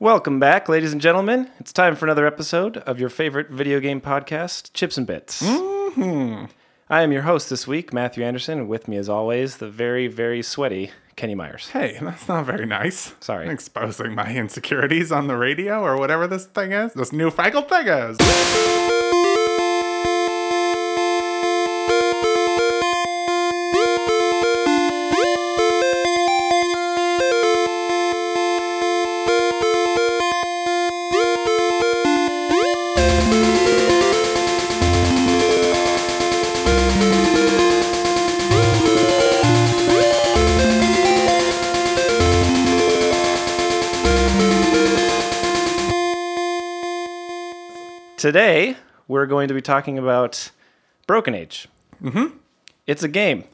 Welcome back, ladies and gentlemen. It's time for another episode of your favorite video game podcast, Chips and Bits. Mm-hmm. I am your host this week, Matthew Anderson, and with me, as always, the very, very sweaty Kenny Myers. Hey, that's not very nice. Sorry. Exposing my insecurities on the radio or whatever this thing is. This new fangled thing is. Today, we're going to be talking about Broken Age. Mm-hmm. It's a game.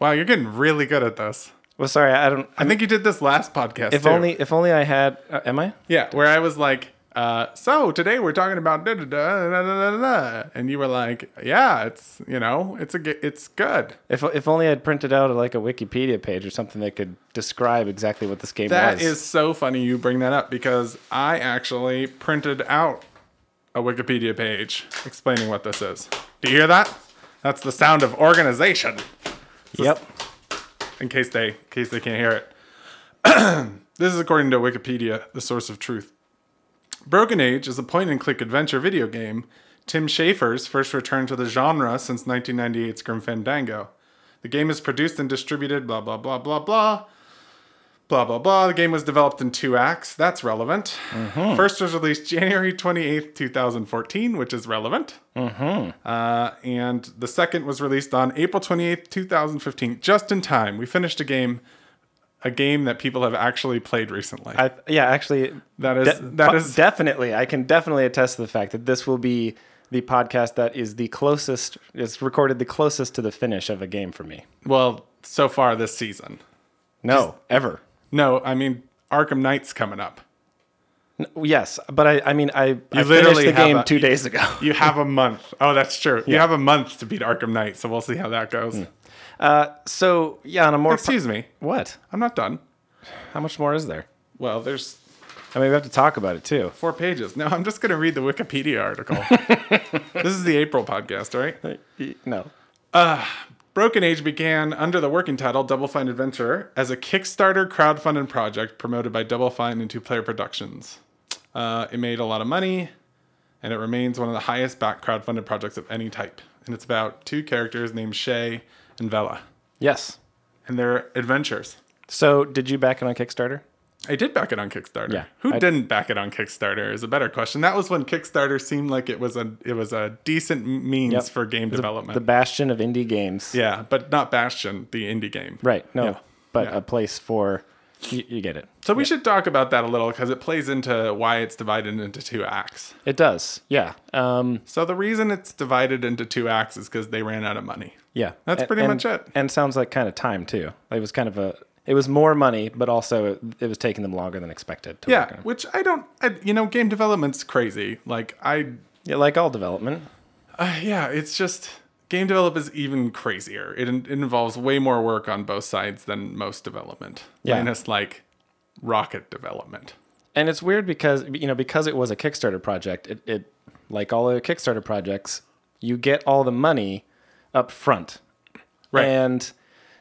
Wow, you're getting really good at this. Well, sorry, I don't. I think you did this last podcast. If too. only, if only I had. Uh, am I? Yeah, where I was like, uh, so today we're talking about da da da da da da da, and you were like, yeah, it's you know, it's a g- it's good. If if only I'd printed out like a Wikipedia page or something that could describe exactly what this game That was. is so funny you bring that up because I actually printed out a Wikipedia page explaining what this is. Do you hear that? That's the sound of organization. Yep. In case they in case they can't hear it. this is according to Wikipedia, the source of truth. Broken Age is a point-and-click adventure video game. Tim Schafer's first return to the genre since 1998's Grim Fandango. The game is produced and distributed. Blah blah blah blah blah blah blah blah. The game was developed in two acts. That's relevant. First was released January twenty eighth, two thousand fourteen, which is relevant. Uh, and the second was released on April twenty eighth, two thousand fifteen, just in time. We finished a game, a game that people have actually played recently. I, yeah, actually, that is that de- is definitely. I can definitely attest to the fact that this will be the podcast that is the closest. It's recorded the closest to the finish of a game for me. well so far this season. No, ever. No, I mean Arkham Knight's coming up. N- yes, but I. I mean, I. I literally finished the have game a- two days ago. You have a month. Oh, that's true. You have a month to beat Arkham Knight, so we'll see how that goes. Uh, so yeah, on a more. Excuse me. what? I'm not done. How much more is there? Well, there's I mean, we have to talk about it too. four pages. No, I'm just going to read the Wikipedia article. this is the April podcast, all right? No. Broken Age began under the working title Double Fine Adventure as a Kickstarter crowdfunded project promoted by Double Fine and Two Player Productions. Uh, it made a lot of money, and it remains one of the highest back crowdfunded projects of any type. And it's about two characters named Shay and Vela Yes. and their adventures. So did you back it on Kickstarter? I did back it on Kickstarter. Yeah, Who I- didn't back it on Kickstarter is a better question. That was when Kickstarter seemed like it was a it was a decent m- means Yep. for game development. The bastion of indie games. yeah, but not Bastion, the indie game. Right. No. Yeah. But Yeah. a place for. You, you get it. So we should talk about that a little because it plays into why it's divided into two acts. It does. Yeah. Um, So the reason it's divided into two acts is because they ran out of money. yeah. That's A- pretty and- much it. And sounds like kind of time too. It was kind of a. It was more money, but also it, it was taking them longer than expected. To Work Yeah, on. which I don't. I, you know, game development's crazy. Like I Yeah, Like all development. Uh, yeah, it's just game develop is even crazier. It, in- it involves way more work on both sides than most development. Yeah. Minus like rocket development. And it's weird because you know because it was a Kickstarter project. It, it like all the Kickstarter projects, you get all the money up front, Right. and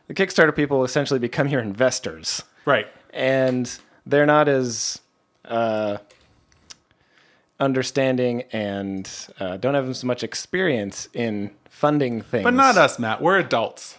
the Kickstarter people essentially become your investors. Right. and they're not as uh, understanding and uh, don't have as much experience in funding things. But not us, Matt. We're adults.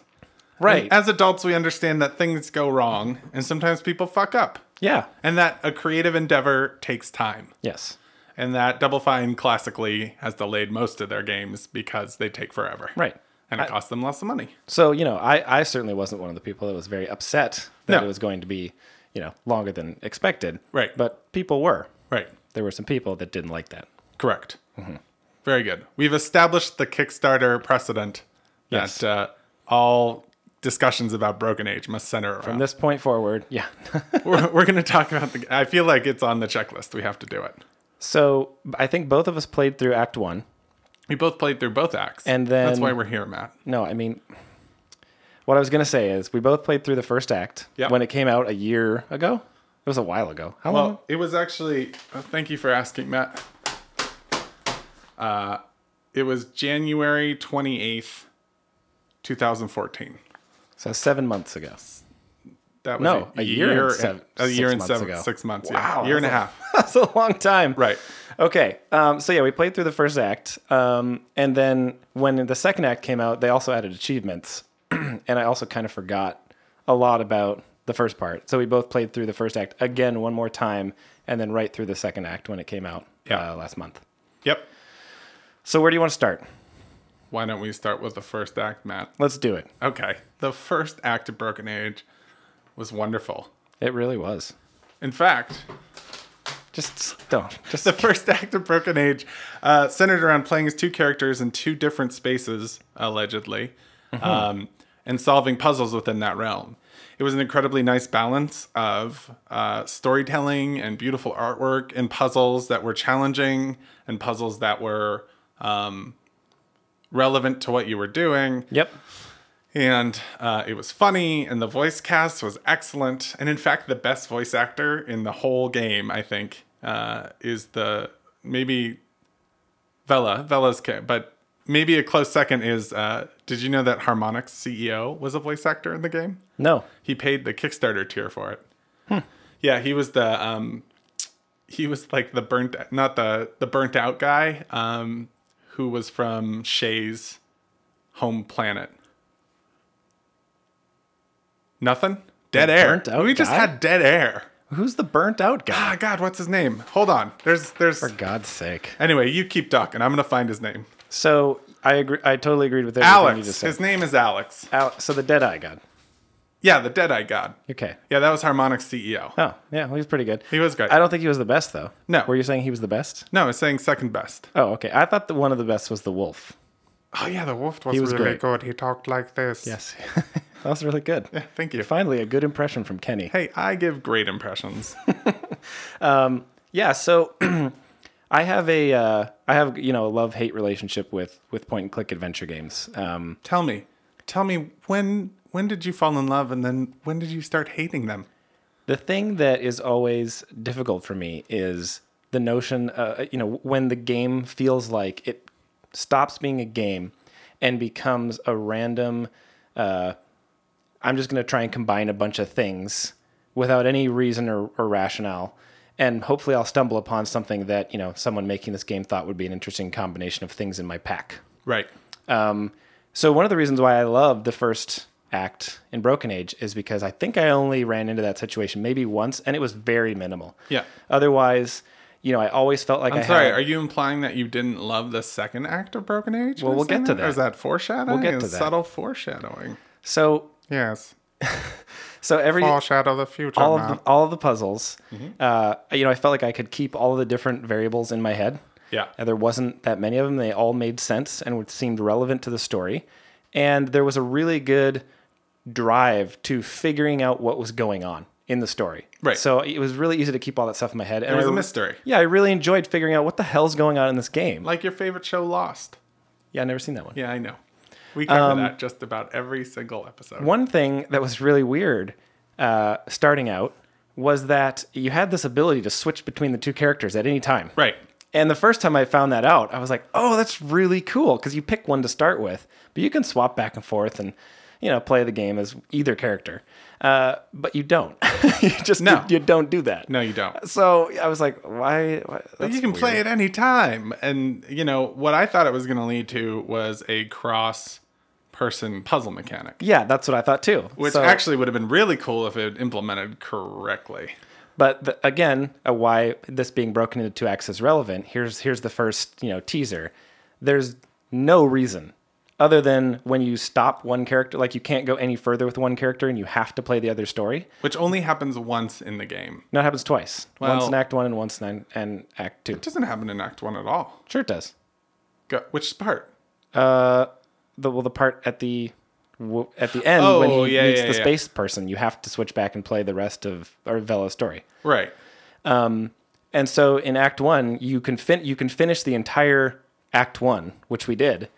right. As adults, we understand that things go wrong and sometimes people fuck up. yeah. And that a creative endeavor takes time. Yes. And that Double Fine classically has delayed most of their games because they take forever. Right. And it costs them lots of money. So you know, I I certainly wasn't one of the people that was very upset that No. it was going to be you know longer than expected. Right. But people were. Right. There were some people that didn't like that. Correct. Mm-hmm. Very good. We've established the Kickstarter precedent Yes. that uh, all discussions about Broken Age must center around. From this point forward, yeah. we're we're going to talk about the. I feel like it's on the checklist. We have to do it. so I think both of us played through Act One. We both played through both acts. And That's then- why we're here, Matt. No, I mean, what I was going to say is we both played through the first act Yeah. when it came out a year ago. was a while ago. How long? Well, it was actually. uh, thank you for asking, Matt. Uh, it was January twenty eighth, two thousand fourteen. So seven months ago. That was No, a year and seven- a six year and months seven, ago. six months. Wow, yeah. year and a that's half. That's a long time. right. Okay. Um, so yeah, we played through the first act, um, and then when the second act came out, they also added achievements, and I also kind of forgot a lot about the first part. So we both played through the first act again one more time, and then right through the second act when it came out Yeah. uh, last month. Yep. So where do you want to start? Why don't we start with the first act, Matt? Let's do it. Okay. The first act of Broken Age was wonderful. It really was. In fact, Just don't. Just the first act of Broken Age uh, centered around playing as two characters in two different spaces, allegedly, um, and solving puzzles within that realm. It was an incredibly nice balance of uh, storytelling and beautiful artwork and puzzles that were challenging and puzzles that were um, relevant to what you were doing yep. and uh, it was funny and the voice cast was excellent and in fact the best voice actor in the whole game i think uh, is the maybe vela vela's ca- but maybe a close second is uh, did you know that harmonix ceo was a voice actor in the game No. he paid the kickstarter tier for it Hmm. yeah he was the um, he was like the burnt not the the burnt out guy um, who was from shay's home planet nothing dead air burnt out we just guy? had dead air Who's the burnt out guy? ah god what's his name hold on there's there's For God's sake. anyway you keep talking i'm gonna find his name So I agree. I totally agreed with everything you just alex said. his name is alex Al- so the dead eye god. yeah the dead eye god Okay. yeah that was harmonix ceo Oh, yeah, well, he was pretty good. he was great I don't think he was the best though. No. Were you saying he was the best? no it's saying second best Oh, okay. I thought that one of the best was the wolf. Oh yeah, the wolf was, was really great. good. He talked like this. Yes. that was really good. Thank you. Finally, a good impression from Kenny. Hey, I give great impressions. Yeah, so I have a uh, I have, you know, a love-hate relationship with with point and click adventure games. Um, tell me, tell me when when did you fall in love, and then when did you start hating them? the thing that is always difficult for me is the notion uh, you know when the game feels like it stops being a game and becomes a random uh, I'm just going to try and combine a bunch of things without any reason or, or rationale. And hopefully I'll stumble upon something that, you know, someone making this game thought would be an interesting combination of things in my pack. Right. Um, so one of the reasons why I love the first act in Broken Age is because I think I only ran into that situation maybe once and it was very minimal. Yeah. Otherwise, you know, I always felt like I'm I sorry. had Are you implying that you didn't love the second act of Broken Age? Well, Am I we'll get saying to Or is that. that foreshadowing? We'll get to It's that. Subtle foreshadowing. so Yes. so every Foreshadow the future. all of Matt. the, all of the puzzles. Mm-hmm. Uh, you know, I felt like I could keep all of the different variables in my head. Yeah. And there wasn't that many of them. They all made sense and would seemed relevant to the story. And there was a really good drive to figuring out what was going on in the story. Right. So it was really easy to keep all that stuff in my head. And It was I- a mystery, Yeah, I really enjoyed figuring out what the hell's going on in this game. like your favorite show, Lost. yeah, I never seen that one. Yeah, I know. We cover that just about every single episode. One thing that was really weird uh, starting out was that you had this ability to switch between the two characters at any time. Right. And the first time I found that out, I was like, "Oh, that's really cool!" Because you pick one to start with, but you can swap back and forth and, you know, play the game as either character. Uh, but you don't. you just No. you, you don't do that. No, you don't. So I was like, "Why?" why that's you can weird. play at any time. And, you know, what I thought it was going to lead to was a cross person puzzle mechanic, Yeah, that's what I thought too. which So- actually would have been really cool if it implemented correctly. But the, again, uh, why this being broken into two acts is relevant. Here's here's the first you know teaser. There's no reason other than when you stop one character, like you can't go any further with one character, and you have to play the other story. Which only happens once in the game. No, it happens twice. once Well- in Act One and once in and Act Two. It doesn't happen in Act 1 at all. Sure, it does. Go, which part? The well, the part at the w- at the end when Oh, he yeah, meets yeah, the yeah. space person, you have to switch back and play the rest of or Vella's story. Right. And so in Act One, you can fin- you can finish the entire Act One, which we did,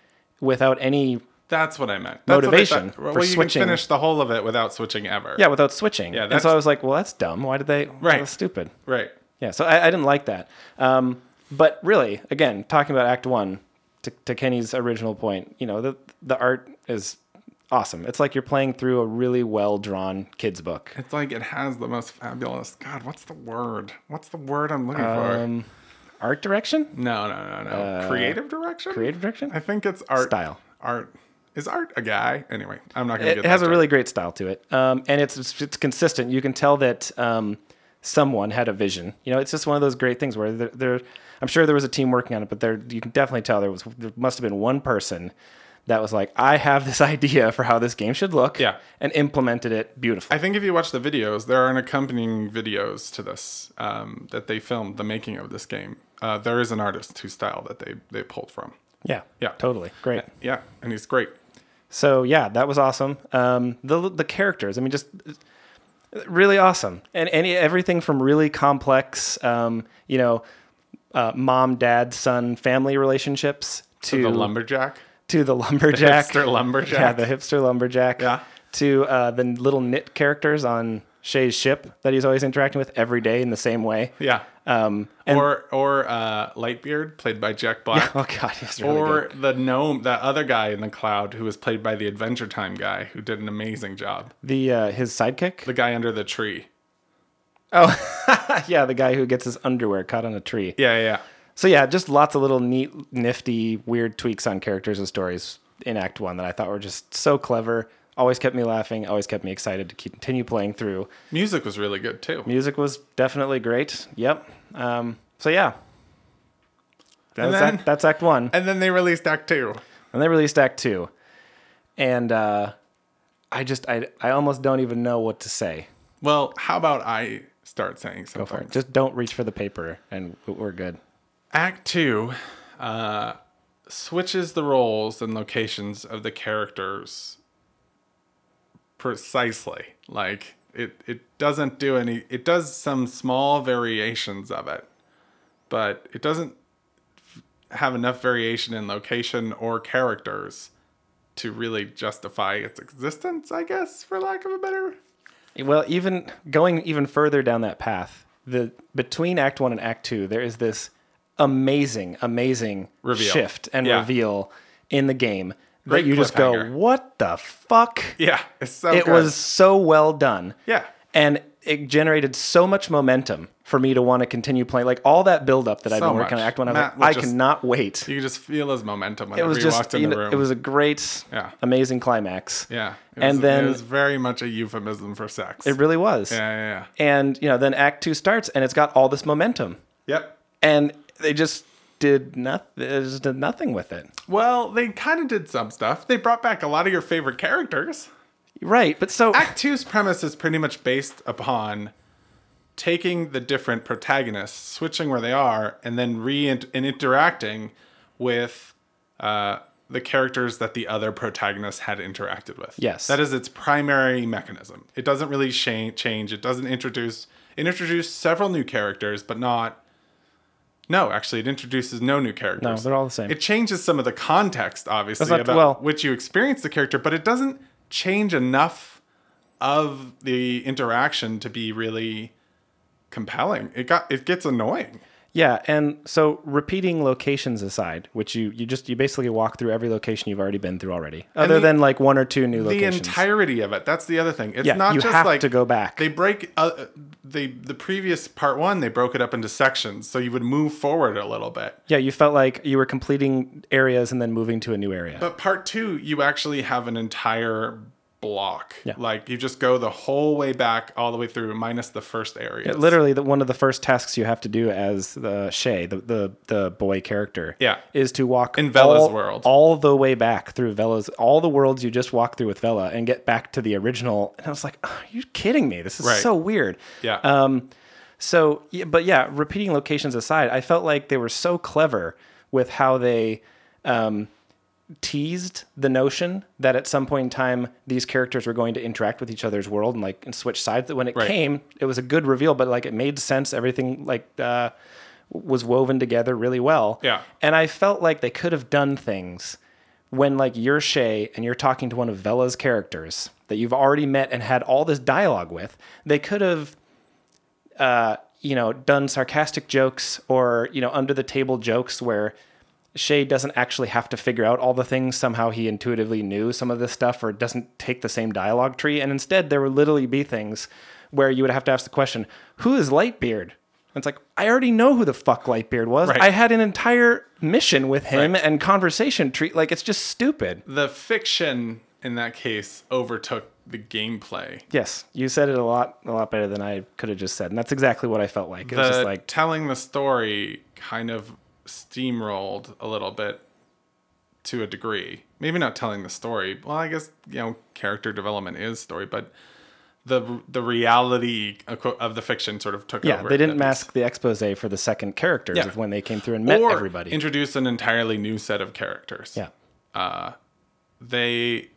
without any That's what I meant. That's what I Motivation thought. for well, you switching. can finish the whole of it without switching ever. Yeah, without switching. Yeah, and that's- so I was like, well, that's dumb. Why did they? Right. That's stupid. Right. Yeah, so I, I didn't like that. Um, but really, again, talking about Act One, to, to Kenny's original point, you know, the the art is awesome. It's like you're playing through a really well drawn kids book. It's like it has the most fabulous. God, what's the word? What's the word I'm looking for? Um, art direction, No, no, no, no. creative direction. creative direction. I think it's art Style. Art is art a guy. Anyway, I'm not gonna It, get. it has that a joke. really great style to it, um, and it's it's- it's consistent. You can tell that um, someone had a vision. You know, it's just one of those great things where there, there I'm sure there was a team working on it, but there you can definitely tell there was there must have been one person that was like, I have this idea for how this game should look, Yeah. and implemented it beautifully. I think if you watch the videos, there are an accompanying videos to this um, that they filmed the making of this game. Uh, there is an artist whose style that they they pulled from. yeah, Yeah. totally great. Yeah, and he's great. So yeah, that was awesome. Um, the the characters, I mean, just really awesome, and any everything from really complex, um, you know, uh, mom, dad, son, family relationships to the lumberjack, to the lumberjack, hipster lumberjack. yeah, the hipster lumberjack, Yeah. to uh, the little knit characters on Shay's ship that he's always interacting with every day in the same way. yeah, Um, and or or uh, Lightbeard, played by Jack Black. oh god, he's really Or good. the gnome, that other guy in the cloud who was played by the Adventure Time guy who did an amazing job. the uh, his sidekick. The guy under the tree. oh, yeah, the guy who gets his underwear caught on a tree. Yeah, yeah, yeah. So yeah, just lots of little neat, nifty, weird tweaks on characters and stories in Act One that I thought were just so clever. Always kept me laughing. Always kept me excited to keep- continue playing through. Music was really good too. Music was definitely great. Yep. Um, so yeah, that's, And then- act, that's Act One, And then they released Act Two. and they released Act Two, and uh, I just I I almost don't even know what to say. Well, how about I start saying something? Just don't reach for the paper, and we're good. Act two uh, switches the roles and locations of the characters precisely. Like it, it doesn't do any. It does some small variations of it, but it doesn't have enough variation in location or characters to really justify its existence. I guess, for lack of a better. Well, even going even further down that path, the between Act One and Act Two, there is this amazing, amazing Reveal. shift and Yeah. reveal in the game Great that you just go, cliffhanger. "What the fuck?" Yeah, it's so. It good. was so well done. Yeah. and it generated so much momentum for me to want to continue playing. Like all that buildup that I've So been working much. on Act One, I was Matt like, I was just- cannot wait. You could just feel his momentum whenever It was you just, walked in you the know, room. it was a great, Yeah. amazing climax. Yeah. It And was, then- it was very much a euphemism for sex. It really was. yeah, yeah, yeah. And you know, then Act Two starts, and it's got all this momentum. Yep. and they just did nothing. They just did nothing with it. Well, they kind of did some stuff. They brought back a lot of your favorite characters. Right, but so Act Two's premise is pretty much based upon taking the different protagonists, switching where they are, and then re and interacting with uh, the characters that the other protagonist had interacted with. Yes. that is its primary mechanism. It doesn't really cha- change. It doesn't introduce. It introduced several new characters, but not. No, actually, it introduces no new characters. No, they're all the same. It changes some of the context, obviously, not- about well- which you experience the character, but it doesn't change enough of the interaction to be really compelling. It got it gets annoying. yeah, and so repeating locations aside, which you you just you basically walk through every location you've already been through already, other the- than like one or two new The locations. entirety of it. That's the other thing. It's yeah, not you just have like to go back. They break uh, they the previous part one. They broke it up into sections, so you would move forward a little bit. yeah, you felt like you were completing areas and then moving to a new area. But part two, you actually have an entire block. Yeah. Like you just go the whole way back, all the way through, minus the first area. Literally, the, one of the first tasks you have to do as the Shay, the, the the boy character, Yeah. is to walk in Vela's all, world. all the way back through Vela's all the worlds you just walked through with Vela and get back to the original. And I was like, oh, "You're kidding me! This is Right. so weird." Yeah. Um, so, yeah, but yeah, repeating locations aside, I felt like they were so clever with how they um, teased the notion that at some point in time these characters were going to interact with each other's world and like and switch sides. That when it Right. came, it was a good reveal, but like it made sense. Everything like uh, was woven together really well. Yeah. and I felt like they could have done things when like you're Shay and you're talking to one of Vela's characters that you've already met and had all this dialogue with, they could have uh, you know, done sarcastic jokes or, you know, under the table jokes where Shay doesn't actually have to figure out all the things. Somehow he intuitively knew some of this stuff or doesn't take the same dialogue tree. And instead, there would literally be things where you would have to ask the question, Who is Lightbeard? And it's like, I already know who the fuck Lightbeard was. Right. I had an entire mission with him and conversation tree. Like, it's just stupid. The fiction in that case overtook the gameplay. Yes, you said it a lot, a lot better than I could have just said. And that's exactly what I felt like. It was The just like, telling the story kind of steamrolled a little bit to a degree. Maybe not telling the story. Well, I guess you know character development is story, but the the reality of of the fiction sort of took Yeah, over. they at didn't least. mask the expose for the second characters Yeah. of when they came through and met or everybody. introduce an entirely new set of characters. yeah. they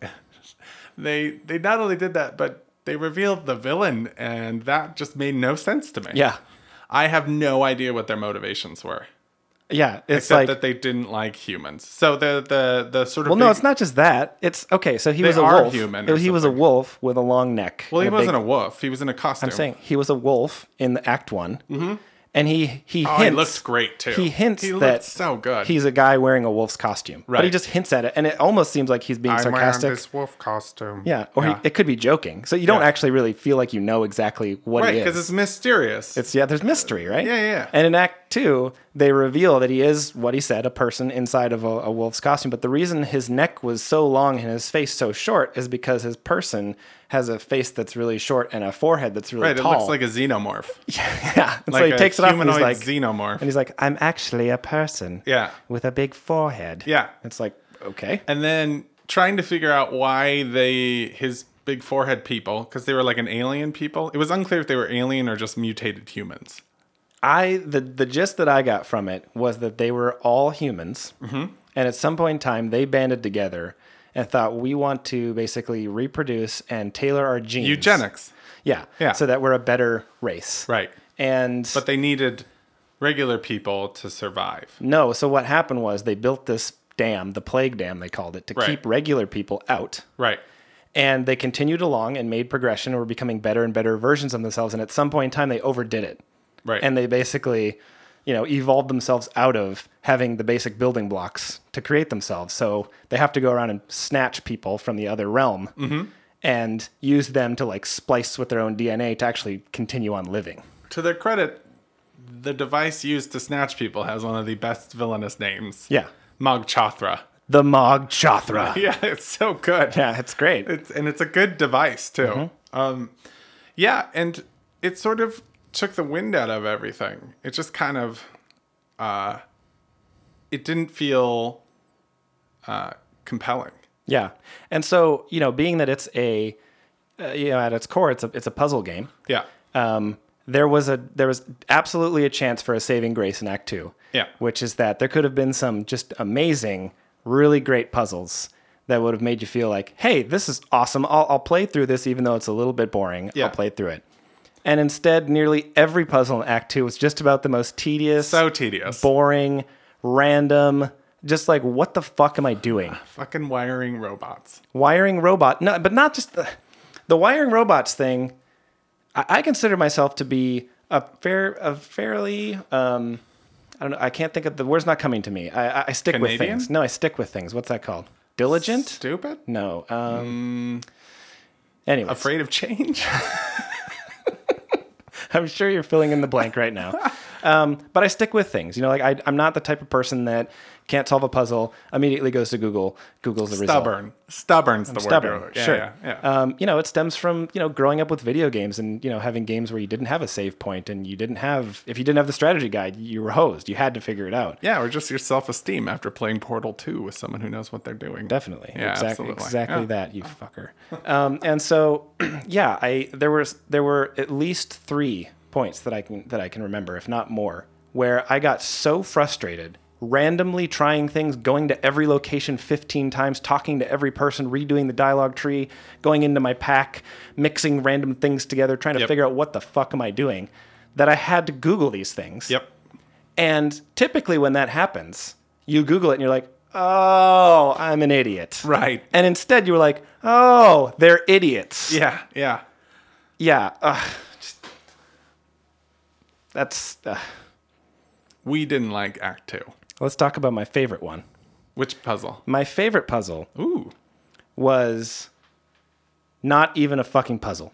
they they not only did that but they revealed the villain and that just made no sense to me Yeah. i have no idea what their motivations were Yeah. It's except like, that they didn't like humans so the the the sort of well, no, big- it's not just that. It's okay. So he was a are wolf. human he or was a wolf with a long neck. well he and a big- wasn't a wolf he was in a costume I'm saying he was a wolf in the act one. Mm-hmm. And he, he oh, hints. he looked great too He hints he looked that so good he's a guy wearing a wolf's costume. But he Right. just hints at it. And it almost seems like he's being sarcastic. wolf costume yeah. Or He, it could be joking. So you don't Yeah. actually really feel like you know exactly what right it is. because it's mysterious It's yeah, there's mystery, right? Yeah, yeah. And in Act Two, they reveal that he is what he said, a person inside of a, a wolf's costume. But the reason his neck was so long and his face so short is because his person has a face that's really short and a forehead that's really right tall. it looks like a xenomorph yeah. And so he a takes it off and he's humanoid like, xenomorph and he's like, I'm actually a person. Yeah. With a big forehead. Yeah. It's like okay. and then trying to figure out why they his big forehead people because they were like an alien people it was unclear if they were alien or just mutated humans I the the gist that I got from it was that they were all humans, Mm-hmm. and at some point in time they banded together and thought we want to basically reproduce and tailor our genes. eugenics yeah, Yeah. so that we're a better race, right And but they needed regular people to survive no, so what happened was they built this dam, the plague dam they called it, to Right. keep regular people out. right And they continued along and made progression, and were becoming better and better versions of themselves. And at some point in time, they overdid it. right and they basically you know evolved themselves out of having the basic building blocks to create themselves so they have to go around and snatch people from the other realm Mm-hmm. and use them to like splice with their own dna to actually continue on living to their credit the device used to snatch people has one of the best villainous names yeah mogchathra the mog chathra yeah it's so good yeah Mm-hmm. it's great It's and it's a good device too. Um, yeah, and it sort of took the wind out of everything. It just kind of, uh, it didn't feel uh, compelling. yeah and so you know being that it's a uh, you know at its core it's a it's a puzzle game Yeah, um, there was a there was absolutely a chance for a saving grace in Act Two. Yeah. which is that there could have been some just amazing, really great puzzles that would have made you feel like, hey, this is awesome. I'll, I'll play through this, even though it's a little bit boring. Yeah. I'll play through it. And instead, nearly every puzzle in Act Two was just about the most tedious, so tedious. boring, random. Just like, what the fuck am I doing? Fucking wiring robots. wiring robot. No, but not just the, the wiring robots thing. I, I consider myself to be a fair, a fairly. Um, I don't know. I can't think of the word's not coming to me. I, I- I stick with Canadian? things. No, I stick with things. What's that called? Diligent? Stupid. No. Um, anyway, Afraid Mm. of change. I'm sure you're filling in the blank right now. Um, but I stick with things. You know, like I, I'm not the type of person that can't solve a puzzle immediately goes to Google, Google's the result. Stubborn. Stubborn's the stubborn. word. Yeah, sure. Yeah. yeah. Um, you know, it stems from you know growing up with video games and you know having games where you didn't have a save point and you didn't have if you didn't have the strategy guide, you were hosed. You had to figure it out. yeah, or just your self-esteem after playing Portal 2 with someone who knows what they're doing. Definitely. Yeah, exactly. absolutely. Exactly Yeah. that, you fucker. Um, and so, yeah, I there was there were at least three points that I can that I can remember, if not more, where I got so frustrated, randomly trying things, going to every location 15 times, talking to every person, redoing the dialogue tree, going into my pack, mixing random things together, trying to Yep. figure out what the fuck am I doing, that I had to Google these things. Yep. And typically, when that happens, you Google it and you're like, oh, I'm an idiot. Right. And instead, you were like, oh, they're idiots. Yeah, yeah. Yeah. ugh, just- that's. Uh, We didn't like Act Two. let's talk about my favorite one. Which puzzle? My favorite puzzle Ooh. was not even a fucking puzzle.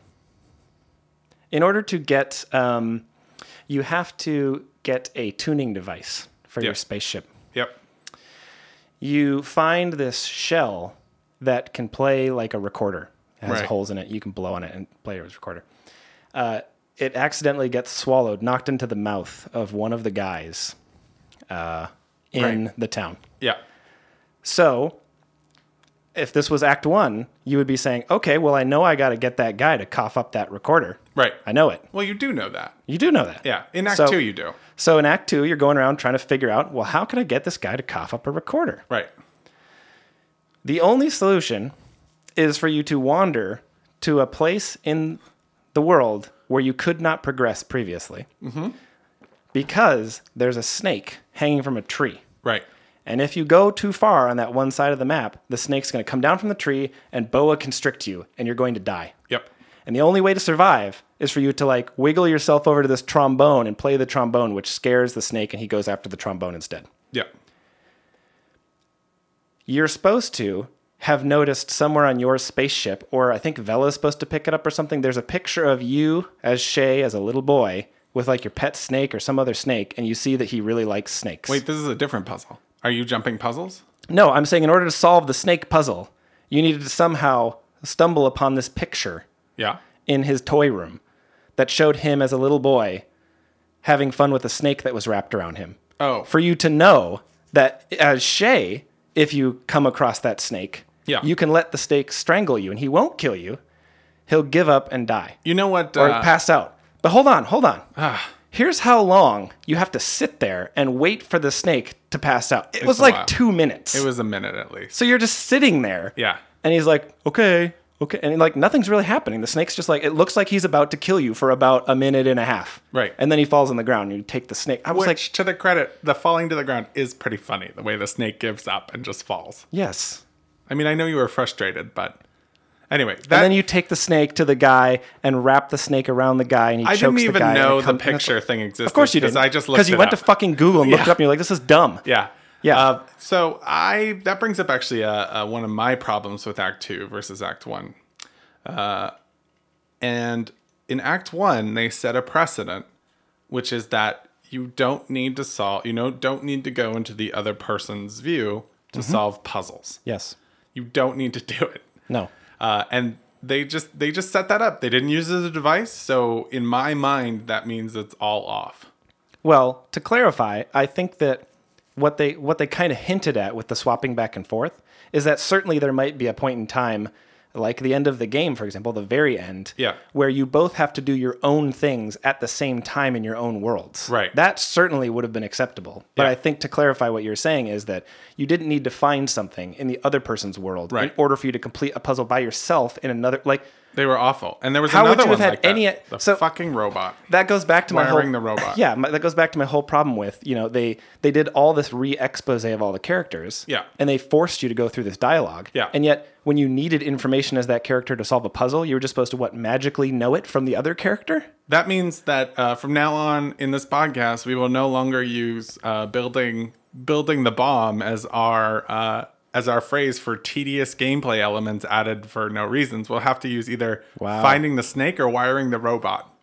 In order to get, um, you have to get a tuning device for your Yeah. spaceship. Yep. You find this shell that can play like a recorder. It has Right. holes in it. You can blow on it and play it as a recorder. Uh, it accidentally gets swallowed, knocked into the mouth of one of the guys uh, in the town. Yeah. So, if this was Act One, you would be saying, "Okay, well, I know I got to get that guy to cough up that recorder. Right. I know it. Well, you do know that. You do know that. Yeah. In Act So- Two, you do. So in Act Two, you're going around trying to figure out, well, how can I get this guy to cough up a recorder? Right. The only solution is for you to wander to a place in the world where you could not progress previously, because there's a snake hanging from a tree. Right. And if you go too far on that one side of the map, the snake's going to come down from the tree and boa constrict you, and you're going to die. Yep. And the only way to survive is for you to like wiggle yourself over to this trombone and play the trombone, which scares the snake, and he goes after the trombone instead. Yep. You're supposed to have noticed somewhere on your spaceship, or I think Vela's supposed to pick it up or something. There's a picture of you as Shay as a little boy with like your pet snake or some other snake, and you see that he really likes snakes. Wait, this is a different puzzle. Are you jumping puzzles? No, I'm saying in order to solve the snake puzzle, you needed to somehow stumble upon this picture Yeah. in his toy room that showed him as a little boy having fun with a snake that was wrapped around him. Oh. For you to know that as Shay, if you come across that snake, Yeah. you can let the snake strangle you and he won't kill you. He'll give up and die You know what? or uh, pass out. But hold on, hold on. Ah. Here's how long you have to sit there and wait for the snake to pass out. It was a like while. two minutes. it was a minute at least. So you're just sitting there. Yeah. And he's like, okay, okay. And like, nothing's really happening. The snake's just like, it looks like he's about to kill you for about a minute and a half. Right. And then he falls on the ground and you take the snake. I was Which, like, to the credit, the falling to the ground is pretty funny. The way the snake gives up and just falls. yes. I mean, I know you were frustrated, but anyway, And that then you take the snake to the guy and wrap the snake around the guy and he I chokes didn't the guy. even and it know the comes- and it's- picture thing existed. Of course you did. I just looked you it went to up. fucking Google and looked it Yeah. up and you're like, this is dumb. Yeah. Yeah. Uh, so I that brings up actually uh, uh, one of my problems with Act Two versus Act One, uh, and in Act One they set a precedent, which is that you don't need to solve you know don't need to go into the other person's view to Mm-hmm. solve puzzles. Yes. You don't need to do it, No. uh, and they just they just set that up. They didn't use it as a device, so in my mind that means it's all off. Well, to clarify, I think that what they what they kind of hinted at with the swapping back and forth is that certainly there might be a point in time like the end of the game for example the very end Yeah. where you both have to do your own things at the same time in your own worlds Right. that certainly would have been acceptable but Yeah. i think to clarify what you're saying is that you didn't need to find something in the other person's world in Right. order for you to complete a puzzle by yourself in another like They were awful, and there was How would another you one have had like that, any- e- the so- fucking robot. that goes back to my Wiring whole, the robot. Yeah, my, that goes back to my whole problem with you know they they did all this re-expose of all the characters. Yeah. and they forced you to go through this dialogue. Yeah. and yet when you needed information as that character to solve a puzzle, you were just supposed to what magically know it from the other character. That means that uh, from now on in this podcast, we will no longer use uh, building building the bomb as our uh, as our phrase for tedious gameplay elements added for no reasons. We'll have to use either Wow. finding the snake or wiring the robot.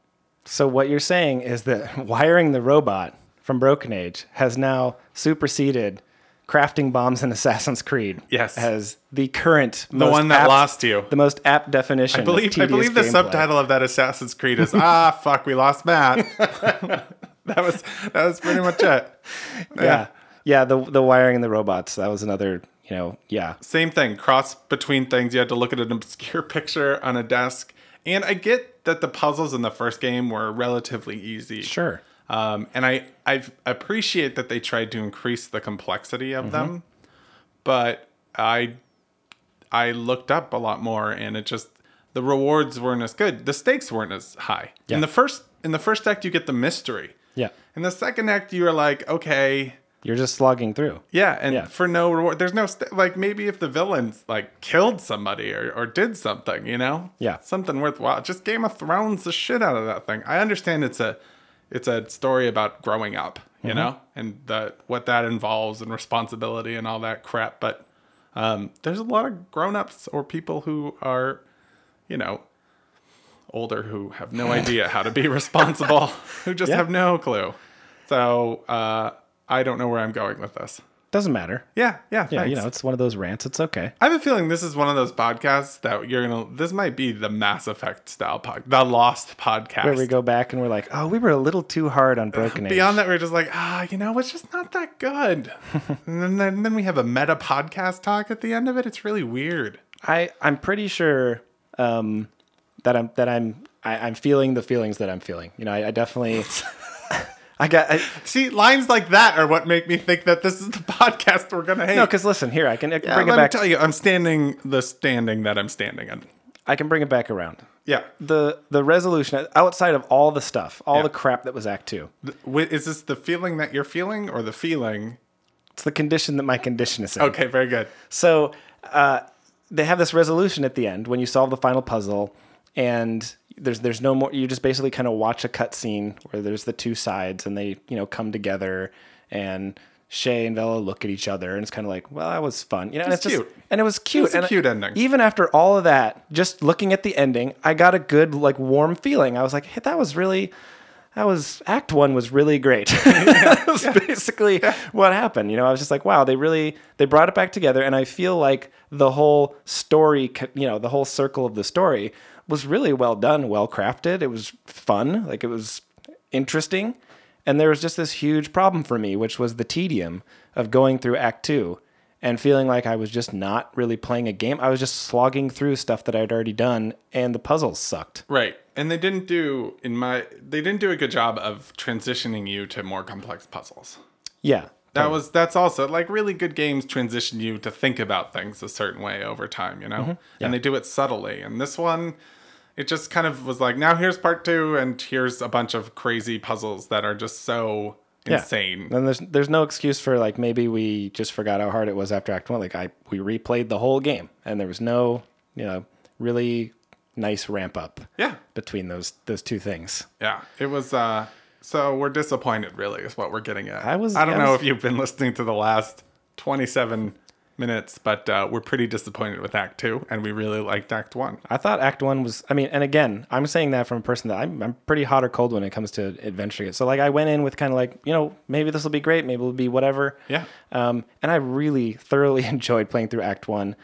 So what you're saying is that wiring the robot from Broken Age has now superseded crafting bombs in Assassin's Creed. Yes. as the current the one that lost you. the most apt definition. I believe, of I believe the tedious gameplay. subtitle of that Assassin's Creed is "Ah, fuck, we lost Matt." that was that was pretty much it. yeah. Yeah, the the wiring and the robots. That was another, you know, yeah. same thing cross between things you had to look at an obscure picture on a desk and i get that the puzzles in the first game were relatively easy Sure. um, and i i appreciate that they tried to increase the complexity of them but i i looked up a lot more and it just the rewards weren't as good the stakes weren't as high in the first in the first act you get the mystery Yeah. in the second act, you are like, okay, You're just slogging through. Yeah, and Yeah. for no reward. There's no st- like maybe if the villains like killed somebody or, or did something, you know. Yeah. something worthwhile. Just Game of Thrones the shit out of that thing. I understand it's a it's a story about growing up, you Mm-hmm. know, and the what that involves and responsibility and all that crap. But um, there's a lot of grown ups or people who are, you know. Older who have no idea how to be responsible, who just have no clue. So uh, I don't know where I'm going with this. Doesn't matter. Yeah, yeah, Yeah, thanks. you know, it's one of those rants. It's okay. I have a feeling this is one of those podcasts that you're gonna. This might be the Mass Effect style pod, the Lost podcast. Where we go back and we're like, oh, we were a little too hard on Broken Age. Beyond that, we're just like, ah, you know, it's just not that good. and then, then, then we have a meta podcast talk at the end of it. It's really weird. I I'm pretty sure um, that I'm that I'm I, I'm feeling the feelings that I'm feeling. You know, I, I definitely. I got I, See, lines like that are what make me think that this is the podcast we're gonna hate. no, because listen, here I can, I can Uh, bring it let back. me tell you, I'm standing the standing that I'm standing in. I can bring it back around. Yeah, The the resolution outside of all the stuff, all the crap that was Act Two. Th- wi- is this the feeling that you're feeling, or the feeling? It's the condition that my condition is in. Okay, very good. So uh, they have this resolution at the end when you solve the final puzzle, and there's there's no more. You just basically kind of watch a cutscene where there's the two sides and they you know come together, and Shay and Vela look at each other, and it's kind of like, well, that was fun, you know. and It's it's just- cute. and it was cute. was a and I- cute ending. Even after all of that, just looking at the ending, I got a good like warm feeling. I was like, hey, that was really. That was Act One was really great. that was basically what happened. You know, I was just like, wow, they really they brought it back together, and I feel like the whole story, co- you know, the whole circle of the story was really well done, well crafted. It was fun, like it was interesting, and there was just this huge problem for me, which was the tedium of going through Act Two and feeling like I was just not really playing a game. I was just slogging through stuff that I'd already done, and the puzzles sucked. Right. And they didn't do in my they didn't do a good job of transitioning you to more complex puzzles. Yeah, That was that's also like really good games transition you to think about things a certain way over time, you know? And they do it subtly. And this one it just kind of was like, now here's part 2 and here's a bunch of crazy puzzles that are just so Yeah. insane. Then there's there's no excuse for like maybe we just forgot how hard it was after Act One. Like I we replayed the whole game, and there was no you know really nice ramp up Yeah. between those those two things. Yeah, it was. uh So we're disappointed, really, is what we're getting at. I was- I don't I know was- if you've been listening to the last twenty-seven minutes, but uh, we're pretty disappointed with Act Two, and we really liked Act One. I thought Act One was. I mean, and again, I'm saying that from a person that I'm, I'm pretty hot or cold when it comes to adventure games. So like I went in with kind of like you know maybe this will be great, maybe it'll be whatever. Yeah. Um, and I really thoroughly enjoyed playing through Act One,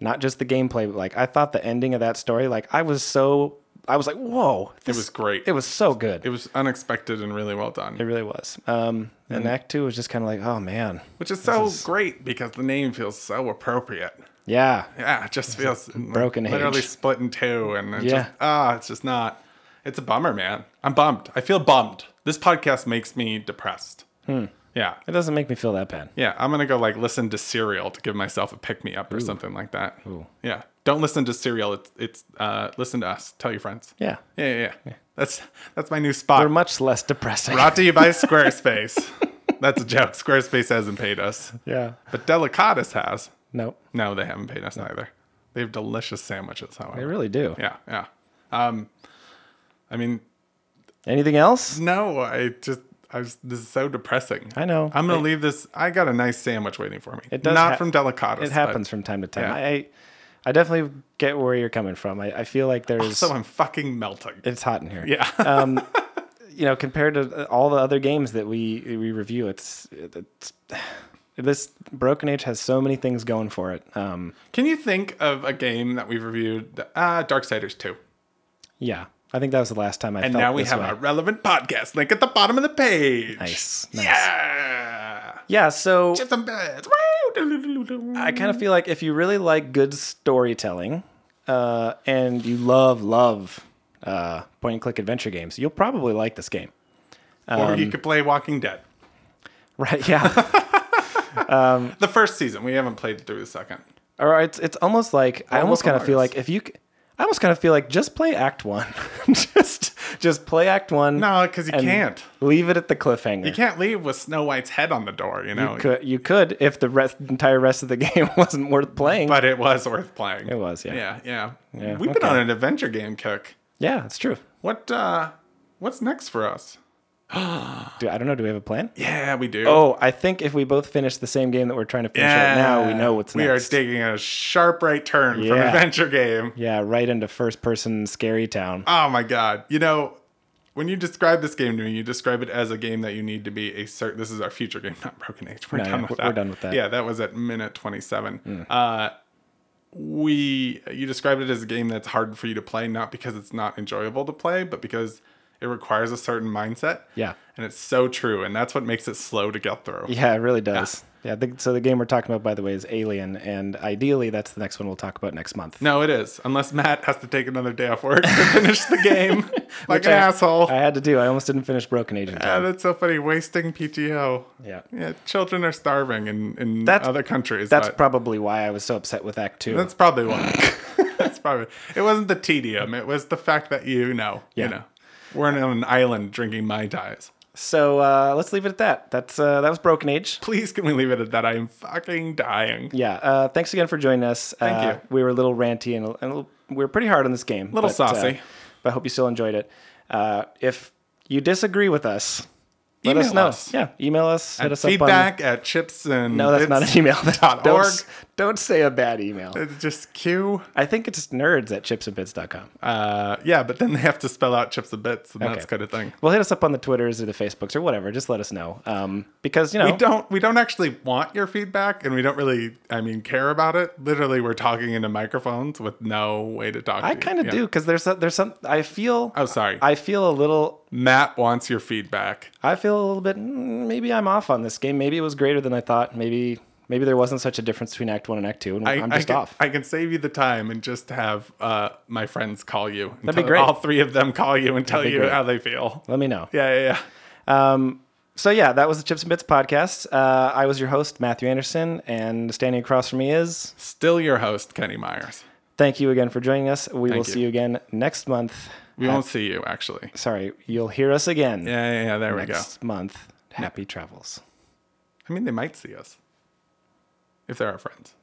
not just the gameplay, but like I thought the ending of that story, like I was so I was like, whoa, It this was great. It was so good. It was unexpected and really well done, It really was. Um, and Mm-hmm. Act Two was just kind of like, oh man, which is so great because the name feels so appropriate. yeah, Yeah, it just feels broken literally age. split in two, and it's Yeah. just ah, it's just not. It's a bummer, man. I'm bummed. I feel bummed. This podcast makes me depressed. Hmm. Yeah, it doesn't make me feel that bad. Yeah, I'm gonna go like listen to Serial to give myself a pick me up or something like that. Yeah, don't listen to Serial. It's it's uh, listen to us. Tell your friends. Yeah, yeah, yeah. yeah. That's that's my new they're spot. much less depressing. Brought to you by Squarespace. that's a joke. Squarespace hasn't paid us, Yeah, but Delicatus has. no, No, they haven't paid us neither. They have delicious sandwiches, they however. really do. Yeah, yeah. Um, I mean, Anything else? no, I just I was, this is so depressing. I know. I'm gonna leave this. I got a nice sandwich waiting for me. It does not hap- from Delicatus. It but- happens from time to time. Yeah. I, I, I definitely get where you're coming from. I, I feel like there's So I'm fucking melting. it's hot in here. Um, yeah. you know, compared to all the other games that we we review, it's it's this Broken Age has so many things going for it. Um, Can you think of a game that we've reviewed? Uh, Darksiders 2. yeah, I think that was the last time I And felt now we this have way. our relevant podcast link at the bottom of the page. Nice, nice. Yeah. yeah. So Chips and bits. I kind mm-hmm. of feel like if you really like good storytelling uh, and you love love uh, point and click adventure games, you'll probably like this game. or Um, you could play Walking Dead. Right? Yeah. The first season. We haven't played through the second. or it's it's almost like I almost Almost kind of feel Among Us. like if you c- I almost kind of feel like just play Act One, just Just play Act One. No, because you and can't. Leave it at the cliffhanger. You can't leave with Snow White's head on the door, you know. Could, you could if the rest, entire rest of the game wasn't worth playing. But it was worth playing. it was, yeah. yeah. Yeah, yeah. Yeah, We've been okay. on an adventure game, Cook. it's true. What uh what's next for us? Do, I don't know. Do we have a plan? Yeah, we do. Oh, I think if we both finish the same game that we're trying to finish right now, we know what's we next. are taking a sharp right turn from Yeah. adventure game. yeah, right into first person scary town. Oh my god. You know, when you describe this game to me, you describe it as a game that you need to be a certain this is our future game, not Broken Age. We're No, done yeah, with we're- that. we're done with that. Hmm. Yeah, that was at minute 27. Uh we you described it as a game that's hard for you to play not because it's not enjoyable to play, but because it requires a certain mindset. Yeah. And it's so true, and that's what makes it slow to get through. Yeah, it really does. Yeah. the, so the game we're talking about, by the way, is Alien, and ideally, that's the next one we'll talk about next month. No, it is. Unless Matt has to take another day off work to finish the game like Which an I- asshole. I had to do. I almost didn't finish Broken Age in Ah, time. that's so funny. Wasting PTO. Yeah. Yeah, children are starving in, in That's- other countries. That's but probably why I was so upset with Act Two. that's probably why. that's probably it wasn't the tedium. It was the fact that you know, Yeah. you know, we're on an island drinking mai tais. so uh, let's leave it at that. That's uh, that was Broken Age. Please, can we leave it at that? I am fucking dying. Yeah. Uh, thanks again for joining us. Thank you. We were a little ranty and, a- and a little, we were pretty hard on this game. Little uh, saucy. but I hope you still enjoyed it. Uh, if you disagree with us, let us Email know. us. Yeah. Email us. hit us up on. Feedback at chips and No, that's not an email. That's dot don't, org. Uh, s- don't say a bad email. It's just Q. I think it's nerds at chipsandbits.com. Uh, yeah, but then they have to spell out chips and bits, and that's Okay. kind of thing. Well, hit us up on the Twitters or the Facebooks or whatever. Just let us know. Um, because, you know, We don't we don't actually want your feedback, and we don't really, I mean, care about it. Literally, we're talking into microphones with no way to talk. I to you. kind of Yeah. do because there's, a, there's some, I feel, Oh, sorry. I feel a little Matt wants your feedback. I feel a little bit mm, maybe I'm off on this game. Maybe it was greater than I thought. Maybe maybe there wasn't such a difference between Act One and Act Two, and I, I, am I just can, off. I can save you the time and just have uh, my friends call you. and That'd be tell- great. All three of them call you and tell be you great. how they feel. Let me know. Yeah, yeah, yeah. Um, so yeah, that was the Chips and Bits podcast. Uh, I was your host Matthew Anderson, and standing across from me is. Still your host, Kenny Myers. Thank you again for joining us. We will you. see you again next month. We won't see you actually. Sorry, you'll hear us again Yeah, yeah, yeah. There we go. next month. Happy travels. I mean, they might see us if they're our friends.